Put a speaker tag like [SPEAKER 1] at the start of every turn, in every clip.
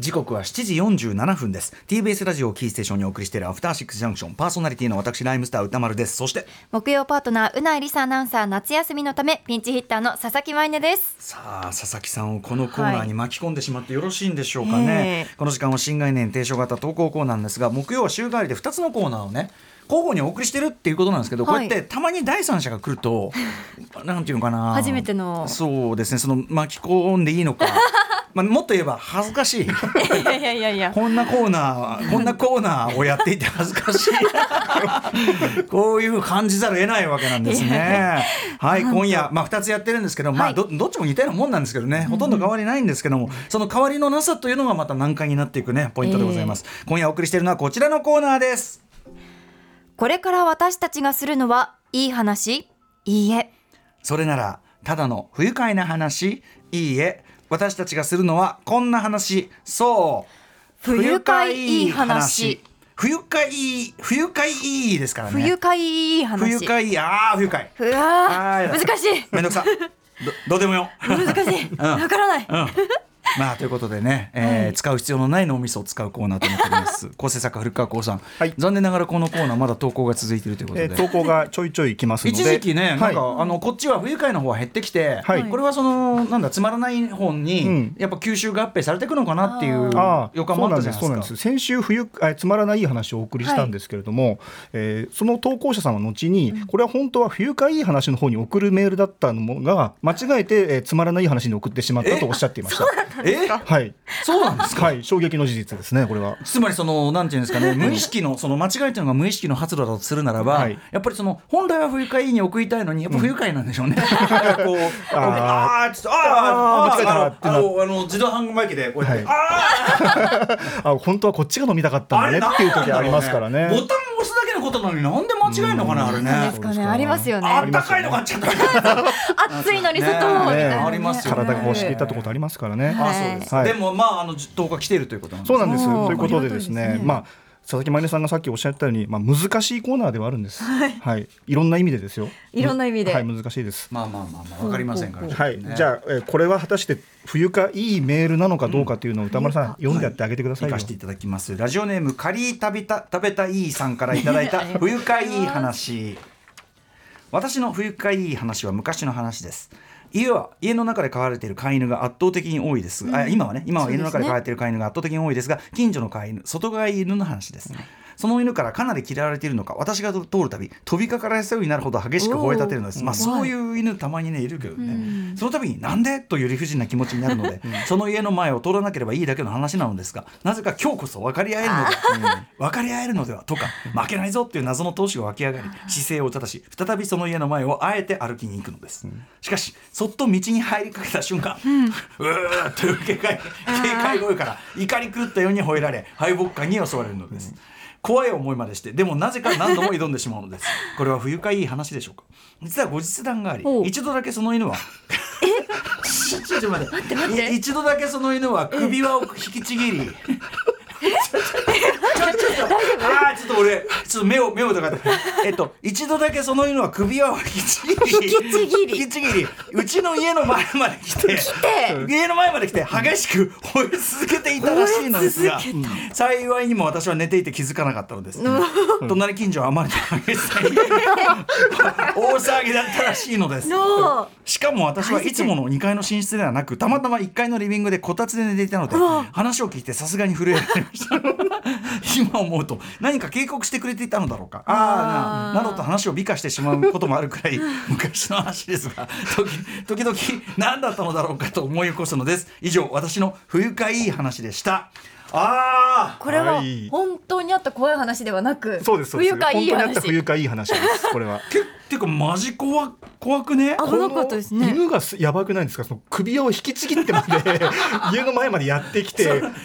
[SPEAKER 1] 時刻は7時47分です TBS ラジオをキーステーションにお送りしているアフターシックスジャンクションパーソナリティの私ライムスター歌丸ですそして
[SPEAKER 2] 木曜パートナーうないりさアナウンサー夏休みのためピンチヒッターの佐々木舞音です
[SPEAKER 1] さあ佐々木さんをこのコーナーに巻き込んでしまってよろしいんでしょうかね、この時間は新概念提唱型投稿コーナーですが木曜は週替わりで2つのコーナーをね交互にお送りしてるっていうことなんですけど、
[SPEAKER 2] はい
[SPEAKER 1] こうやってたまに第三者が来る となんていうのかな
[SPEAKER 2] 初めての
[SPEAKER 1] そうですねその巻き込んでいいのか まあもっと言えば恥ずか しい
[SPEAKER 2] いやいやいやいや
[SPEAKER 1] こんなコーナーこ んなコーナーをやっていて 恥ずかしいこういう感じざるを得ないわけなんです ねはい今夜まあ2つやってるんですけど、ま
[SPEAKER 2] は
[SPEAKER 1] あ
[SPEAKER 2] い
[SPEAKER 1] どどっちも似たようなもんなんですけどねほとんど変わりないんですけども、その変わりのなさというのがまた難解になっていくねポイントでございます、今夜お送りしているのはこちらのコーナーです
[SPEAKER 2] これから私たちがするのはいい話いいえ
[SPEAKER 1] それならただの不愉快な話いいえ私たちがするのはこんな話そう
[SPEAKER 2] 不愉快いい話
[SPEAKER 1] 不愉快いい不愉快いいですからね
[SPEAKER 2] 不愉快いい話
[SPEAKER 1] 不愉快ああ不愉快
[SPEAKER 2] うわ
[SPEAKER 1] あ
[SPEAKER 2] ー
[SPEAKER 1] ー
[SPEAKER 2] 難しい
[SPEAKER 1] めんどくさどどうでもよ
[SPEAKER 2] 難しいわからない
[SPEAKER 1] まあということでね、えー
[SPEAKER 2] はい
[SPEAKER 1] 使う必要のない脳みそを使うコーナーとなっております構成作家古川光さん、
[SPEAKER 3] はい
[SPEAKER 1] 残念ながらこのコーナーまだ投稿が続いているということで、
[SPEAKER 3] えー投稿がちょいちょい来ますので
[SPEAKER 1] 一時期ね、
[SPEAKER 3] は
[SPEAKER 1] ないんかあのこっちは不愉快な方は減ってきて、
[SPEAKER 3] はい
[SPEAKER 1] これはそのなんだつまらない本に、
[SPEAKER 3] うん
[SPEAKER 1] やっぱ吸収合併されていくのかなっていう
[SPEAKER 3] ああ
[SPEAKER 1] 予感もあったじゃない
[SPEAKER 3] そうなん
[SPEAKER 1] で
[SPEAKER 3] です
[SPEAKER 1] す
[SPEAKER 3] そうな
[SPEAKER 1] か。
[SPEAKER 3] んです先週冬あつまらないいい話をお送りしたんですけれども、えーその投稿者さんは後に、これは本当は冬かいい話の方に送るメールだったのが間違えて、えーつまらないい話に送ってしまったとおっしゃっていました
[SPEAKER 1] え
[SPEAKER 3] はい
[SPEAKER 1] そうなんです
[SPEAKER 3] はい衝撃の事実ですねこれは
[SPEAKER 1] つまりそのなんていうんですかね無意識のその間違えてるのが無意識の発露だとするならば、
[SPEAKER 3] はい
[SPEAKER 1] やっぱりその本来は不愉快に送りたいのにやっぱ不愉快なんでしょうね。なんかこうあーあーちょっとあーあー
[SPEAKER 3] あー間違えたなってな
[SPEAKER 1] あのあの自動販売機でこうやって、
[SPEAKER 3] はい
[SPEAKER 1] あー
[SPEAKER 3] あ本当はこっちが飲みたかったん
[SPEAKER 1] あ
[SPEAKER 3] だね
[SPEAKER 1] れなん
[SPEAKER 3] っていう時ありますからね
[SPEAKER 1] ボタンを押すだけのことなのになんで間違えるのかなあれ
[SPEAKER 2] なん
[SPEAKER 1] ね
[SPEAKER 2] です。かねありますよね
[SPEAKER 1] あったかいのがあっちゃったみたいな。
[SPEAKER 2] 暑いのに外みたいなね
[SPEAKER 1] ありますよね
[SPEAKER 3] 体が欲しいたってことありますから
[SPEAKER 2] は
[SPEAKER 3] ね、
[SPEAKER 2] い
[SPEAKER 1] あそうです、
[SPEAKER 3] はい
[SPEAKER 1] でもまああの10日来てるということなんです
[SPEAKER 3] そうなんです。
[SPEAKER 2] そう
[SPEAKER 3] ということでです
[SPEAKER 2] ありがたい
[SPEAKER 3] ね
[SPEAKER 2] で、すね
[SPEAKER 3] まあ佐々木舞音さんがさっきおっしゃったように、まあ難しいコーナーではあるんです。はい、い、ろんな意味でですよ。
[SPEAKER 2] いろんな意味で
[SPEAKER 3] はい、難しいです。
[SPEAKER 1] まあまあまあまあわかりませんから、
[SPEAKER 3] はい、じゃあ、えーこれは果たして冬かいいメールなのかどうかというのを歌丸さん、読んでやってあげてください
[SPEAKER 1] 行
[SPEAKER 3] よ。
[SPEAKER 1] かせていただきますラジオネームカリー食べた食べたいいさんからいただい た不愉快いい話私の不愉快いい話は昔の話です家は家の中で飼われている飼い犬が圧倒的に多いですが、あ今はね今は家の中で飼われている飼い犬が圧倒的に多いですが近所の飼い犬外飼い犬の話です、その犬からかなり嫌われているのか私が通るたび飛びかかられそうになるほど激しく吠え立てるのですまあそういう犬たまにねいるけどね、その度になんでという理不尽な気持ちになるので、その家の前を通らなければいいだけの話なのですがなぜか今日こそ分かり合えるのでは、分かり合えるのではとか負けないぞという謎の闘志が湧き上がり姿勢を正し再びその家の前をあえて歩きに行くのです、しかしそっと道に入りかけた瞬間、うーっという警戒警戒声から怒り狂ったように吠えられ敗北感に襲われるのです、怖い思いまでしてでもなぜか何度も挑んでしまうのですこれは不愉快いい話でしょうか実は後日談があり
[SPEAKER 2] おう
[SPEAKER 1] 一度だけその犬はちょ ちょっと待って待って待って一度だけその犬は首輪を引きちぎりちょちょちょちょあーちょっと俺ちょっと目を目をとかってえっと一度だけその犬は首輪を引きちぎり
[SPEAKER 2] 引きちぎり
[SPEAKER 1] 引きちぎりうちの家の前まで来て家の前まで来て激しく吠え続けていたらしいのですが幸いにも私は寝ていて気づかなかったのです、隣近所はあまりの激しさに大騒ぎだったらしいの です
[SPEAKER 2] の
[SPEAKER 1] しかも私はいつもの2階の寝室ではなくたまたま1階のリビングでこたつで寝ていたので話を聞いてさすがに震えられました今思うと何か警告してくれていたのだろうかああななどと話を美化してしまうこともあるくらい 昔の話ですが時時々何だったのだろうかと思い起こすのです以上私の不愉快いい話でしたあ
[SPEAKER 2] これは
[SPEAKER 3] はい
[SPEAKER 2] 本当にあった怖い話ではなく
[SPEAKER 3] そうです。そうです
[SPEAKER 2] 冬かいい
[SPEAKER 3] 本当にあった冬
[SPEAKER 2] 話
[SPEAKER 3] かいい話です。これ
[SPEAKER 1] ー
[SPEAKER 3] は。
[SPEAKER 1] けっていうかマジ怖怖くね
[SPEAKER 2] 危なかったですね
[SPEAKER 3] この犬がすやばくないですか。その首を引きちぎってま で家の前までやってきて、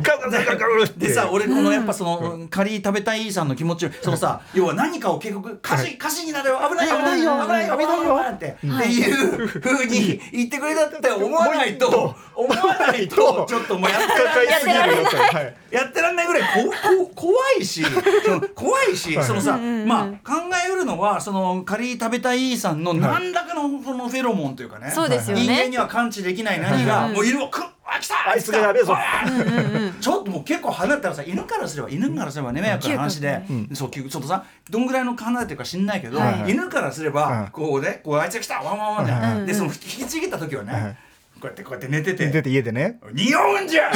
[SPEAKER 3] ガガガガガガって。
[SPEAKER 1] でさ俺このやっぱそのカリー食べたいさんの気持ちをそのさ要は何かを警告火事火事になるよ危ないよ危ないよ危ないよ危ないよってっていう風に言ってくれたって思わないと思わないとちょっともうやってらん
[SPEAKER 3] 抱
[SPEAKER 1] ない
[SPEAKER 3] えすぎるよと。はい。
[SPEAKER 1] やってらんないぐらいここ 怖いしその怖いし
[SPEAKER 3] はい
[SPEAKER 1] そのさ
[SPEAKER 2] うんうんうん
[SPEAKER 1] まあ考えうるのはそのカリー食べたいさんの何らかのそのフェロモンというかね
[SPEAKER 2] そうですよね
[SPEAKER 1] 人間には感知できない何がもういるわくんああ来た
[SPEAKER 3] あいつがやべえぞ
[SPEAKER 1] おい ちょっともう結構離れたらさ犬からすれば犬からすればね迷惑な話で、そうちょっとさどんぐらいの離れてるか知んないけど、
[SPEAKER 3] はいはい
[SPEAKER 1] 犬からすれば、
[SPEAKER 3] はい
[SPEAKER 1] こうねこうあいつが来たワンワンワンで、
[SPEAKER 3] はい
[SPEAKER 2] はい
[SPEAKER 1] でその引きちぎった時はね、
[SPEAKER 3] はい
[SPEAKER 1] こうやってこうやって寝て
[SPEAKER 3] 出
[SPEAKER 1] て。
[SPEAKER 3] て家でね
[SPEAKER 1] 匂うんじゃん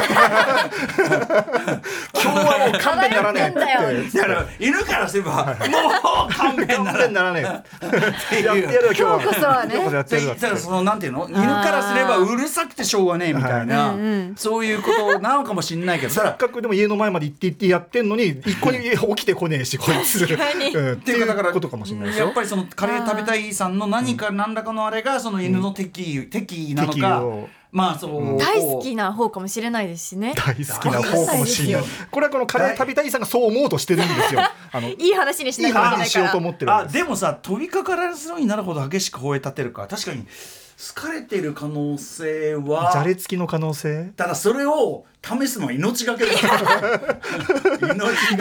[SPEAKER 3] 今日はもう勘弁ならね
[SPEAKER 2] 漂
[SPEAKER 3] え
[SPEAKER 2] ってんだよ
[SPEAKER 1] だから犬からすればもう勘弁
[SPEAKER 3] 勘
[SPEAKER 1] なら
[SPEAKER 3] 弁ならね
[SPEAKER 1] てい
[SPEAKER 3] え
[SPEAKER 1] う
[SPEAKER 3] やってやるよ今日は
[SPEAKER 2] 今日こそはね
[SPEAKER 3] 今日こそやってやるよ
[SPEAKER 1] だ からそのなんていうの犬からすればうるさくてしょうがねえみたいな、
[SPEAKER 2] はいうんうん
[SPEAKER 1] そういうことなのかもしんないけど
[SPEAKER 3] せっかくでも家の前まで行って行ってやってんのに一向に起きてこねえしこいつ
[SPEAKER 2] 確かに
[SPEAKER 3] うんっ
[SPEAKER 1] っててい
[SPEAKER 3] いう
[SPEAKER 1] うかだから
[SPEAKER 3] ことかもしれないです
[SPEAKER 1] やっ
[SPEAKER 3] よ
[SPEAKER 1] ぱりそのカレー食べたいさんの何か何らかのあれがその犬の敵意、敵意なの
[SPEAKER 3] 敵意
[SPEAKER 1] か
[SPEAKER 3] を
[SPEAKER 1] まあそう、
[SPEAKER 2] 大好きな方かもしれないですしね
[SPEAKER 3] 大好きな方かもしれな
[SPEAKER 2] 大
[SPEAKER 3] い
[SPEAKER 2] 好き
[SPEAKER 3] これはこのカレー旅隊さんがそう思うとしてるんですよあのい
[SPEAKER 2] いい話にし
[SPEAKER 3] い
[SPEAKER 2] なきゃいけ
[SPEAKER 3] 話
[SPEAKER 2] な
[SPEAKER 3] に
[SPEAKER 2] い
[SPEAKER 3] し
[SPEAKER 2] か
[SPEAKER 3] よう
[SPEAKER 2] ら
[SPEAKER 3] と思ってるわ
[SPEAKER 1] あ
[SPEAKER 3] けです
[SPEAKER 1] でもさ飛びかからすようになるほど激しく吠え立てるか確かに好かれてる可能性は
[SPEAKER 3] じゃれつきの可能性
[SPEAKER 1] ただそれを試すのは命がけだ 命が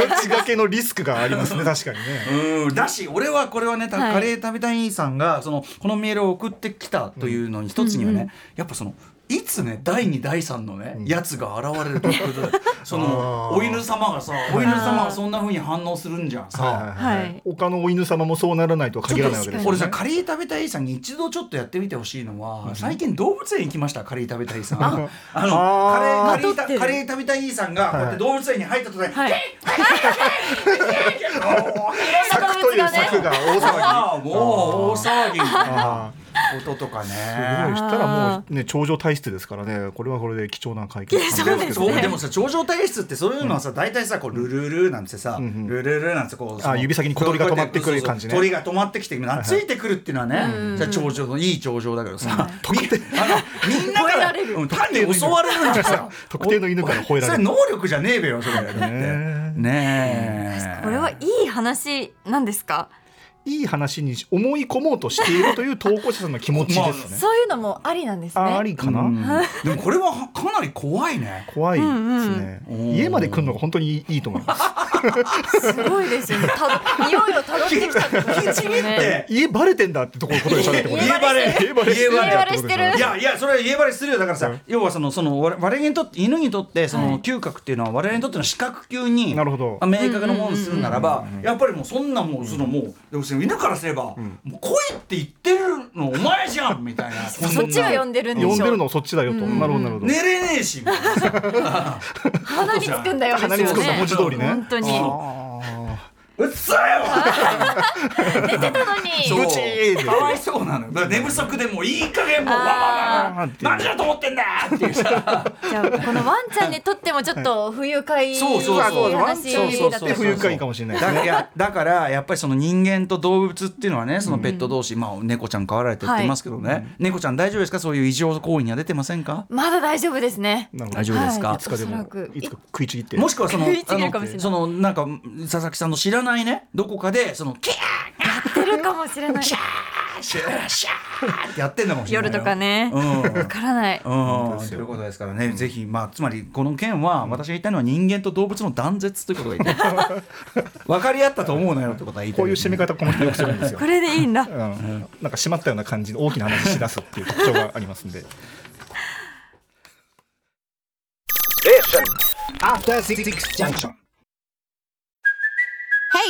[SPEAKER 3] 命がけのリスクがありますね確かにね
[SPEAKER 1] うんだし俺はこれはね、た
[SPEAKER 2] はい
[SPEAKER 1] カレー食べたい兄さんがそのこのメールを送ってきたというのに一つにはね、やっぱそのいつね第2第3のね、やつが現れるという ことでその
[SPEAKER 3] あー
[SPEAKER 1] お犬様がさお犬様がそんなふうに反応するんじゃんさ。
[SPEAKER 3] はいはいは
[SPEAKER 2] はい
[SPEAKER 3] い他のお犬様もそうならないとは限らないわけですよ
[SPEAKER 1] 俺
[SPEAKER 3] ね
[SPEAKER 1] さカレー食べたいさんに一度ちょっとやってみてほしいのは、最近動物園行きましたカレー食べたいさんあの
[SPEAKER 3] あ
[SPEAKER 1] カレーカレー
[SPEAKER 2] まとってる
[SPEAKER 1] カレー食べたいさんがこうやって動物園に入った途端に「
[SPEAKER 2] はい
[SPEAKER 3] 柵という柵が大騒ぎ
[SPEAKER 1] ああもう大騒ぎ」みたいな
[SPEAKER 3] あー
[SPEAKER 1] こととかね。
[SPEAKER 3] すごいしたらもうね頂上体質ですからねこれはこれで貴重な解決
[SPEAKER 2] いやそうですね
[SPEAKER 1] そうでもさ頂上体質ってそういうのはさ大体さこうルルルなんてさ、
[SPEAKER 3] んうん
[SPEAKER 1] ルルルなんてこう
[SPEAKER 3] あ
[SPEAKER 1] その
[SPEAKER 3] 指先に小鳥が止まってくる感じね
[SPEAKER 1] そうそう鳥が止まってきて懐いてくるっていうのはね、じゃあ頂上のいい頂上だけどさ、みあのみんなか
[SPEAKER 2] 吠え
[SPEAKER 1] ら
[SPEAKER 2] られる
[SPEAKER 1] うん単に襲われるなんてさ
[SPEAKER 3] 特定の犬から吠えられる
[SPEAKER 1] それ能力じゃねえべよそれだって
[SPEAKER 3] ねえ
[SPEAKER 1] ねえ
[SPEAKER 2] これはいい話なんですか
[SPEAKER 3] いい話に思い込もうとしているという投稿者さんの気持ちですね。
[SPEAKER 2] そういうのもありなんですね
[SPEAKER 3] あありかな、
[SPEAKER 1] うんでもこれはかなり怖いね
[SPEAKER 3] 怖いですね、
[SPEAKER 1] うんうん
[SPEAKER 3] 家まで来るのが本当にいいと思いま
[SPEAKER 2] す
[SPEAKER 3] す。
[SPEAKER 2] ごいですよねた匂いをたどってきたってことですよ ね
[SPEAKER 1] で
[SPEAKER 3] 家バレてんだってところことでしょだってこれ
[SPEAKER 2] 家バレ
[SPEAKER 3] 家バレ
[SPEAKER 1] 家バレ
[SPEAKER 3] だってことでしょ
[SPEAKER 2] 家バレしてる
[SPEAKER 1] いやいやそれは言えばりするよだからさ、
[SPEAKER 3] うん
[SPEAKER 1] 要はそのその我我々にとって犬にとってそ
[SPEAKER 2] は
[SPEAKER 1] の
[SPEAKER 2] い
[SPEAKER 1] 嗅覚っていうのは我々にとっての視覚級に
[SPEAKER 3] なるほど
[SPEAKER 1] まあ明確なものにするならば、やっぱりもうそんなもうそのもう要するに犬からすれば、もう来いって言ってるのお前じゃんみたい なこんな
[SPEAKER 2] そっちが呼んでるんでしょ
[SPEAKER 3] 呼んでるのそっちだよと、なるほどなるほど、
[SPEAKER 1] 寝れねえしみたいなさ
[SPEAKER 2] 鼻につくんだよですよ
[SPEAKER 3] 鼻
[SPEAKER 2] ね
[SPEAKER 3] につくんだ文字通りね
[SPEAKER 2] 本当に
[SPEAKER 3] あ
[SPEAKER 1] うっさ
[SPEAKER 2] 寝てたの
[SPEAKER 1] い
[SPEAKER 2] に
[SPEAKER 1] よ
[SPEAKER 3] うちー
[SPEAKER 1] かわいそうなのよだから寝不足でもういい加減もうわわわわ
[SPEAKER 3] あー
[SPEAKER 1] 何時だと思ってんだっていうさ
[SPEAKER 2] じゃあこのワンちゃんにとってもちょっと不愉快いい
[SPEAKER 1] そうそうそう
[SPEAKER 2] 話だった
[SPEAKER 3] ー不愉快かもしれないで
[SPEAKER 1] だ
[SPEAKER 3] す ね
[SPEAKER 1] いやだからやっぱりその人間と動物っていうのはねそのペット同士、まあ猫ちゃん飼われてって言いますけどね、猫ちゃん大丈夫ですかそういう異常行為には出てませんか
[SPEAKER 2] まだ大丈夫ですね
[SPEAKER 3] なるほど
[SPEAKER 1] 大丈夫ですか、
[SPEAKER 2] はい
[SPEAKER 3] つかで
[SPEAKER 2] おそ
[SPEAKER 3] も
[SPEAKER 2] らく
[SPEAKER 3] いつか食いちぎって
[SPEAKER 1] もしくはその
[SPEAKER 2] 食い
[SPEAKER 1] あ
[SPEAKER 2] ちぎるかもしれ
[SPEAKER 1] の
[SPEAKER 2] ない
[SPEAKER 1] そのなんか佐々木さんの知らないねどこかでそのキャ
[SPEAKER 2] 出るかもしれない
[SPEAKER 1] ーシャーシャーってやってんのかもしれな
[SPEAKER 2] 夜
[SPEAKER 1] い
[SPEAKER 2] とか
[SPEAKER 1] ね
[SPEAKER 2] ね
[SPEAKER 1] うん
[SPEAKER 2] わからない
[SPEAKER 1] うん
[SPEAKER 3] 当です
[SPEAKER 1] と
[SPEAKER 3] よ
[SPEAKER 1] いうことですからね、ぜひ、まあ、つまりこの件は、私が言いたいのは人間と動物の断絶ということが言いたい分かり合ったと思うなよってことは言いたい
[SPEAKER 3] こういう締め方この人よくする んですよ
[SPEAKER 2] こ、れでいいんだ
[SPEAKER 3] うん、なんか締まったような感じの大きな話し出すっていう特徴がありますんで
[SPEAKER 4] After Six Junction.
[SPEAKER 5] Hey,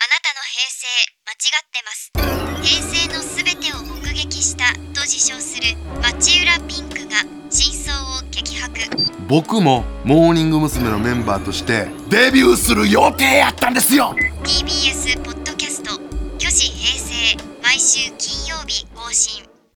[SPEAKER 6] あなたの平成間違ってます平成のすべてを目撃したと自称する町浦ピンクが真相を激白
[SPEAKER 7] 僕もモーニング娘。のメンバーとしてデビューする予定やったんですよ
[SPEAKER 6] TBS ポッドキャスト「巨子平成」毎週金曜日更新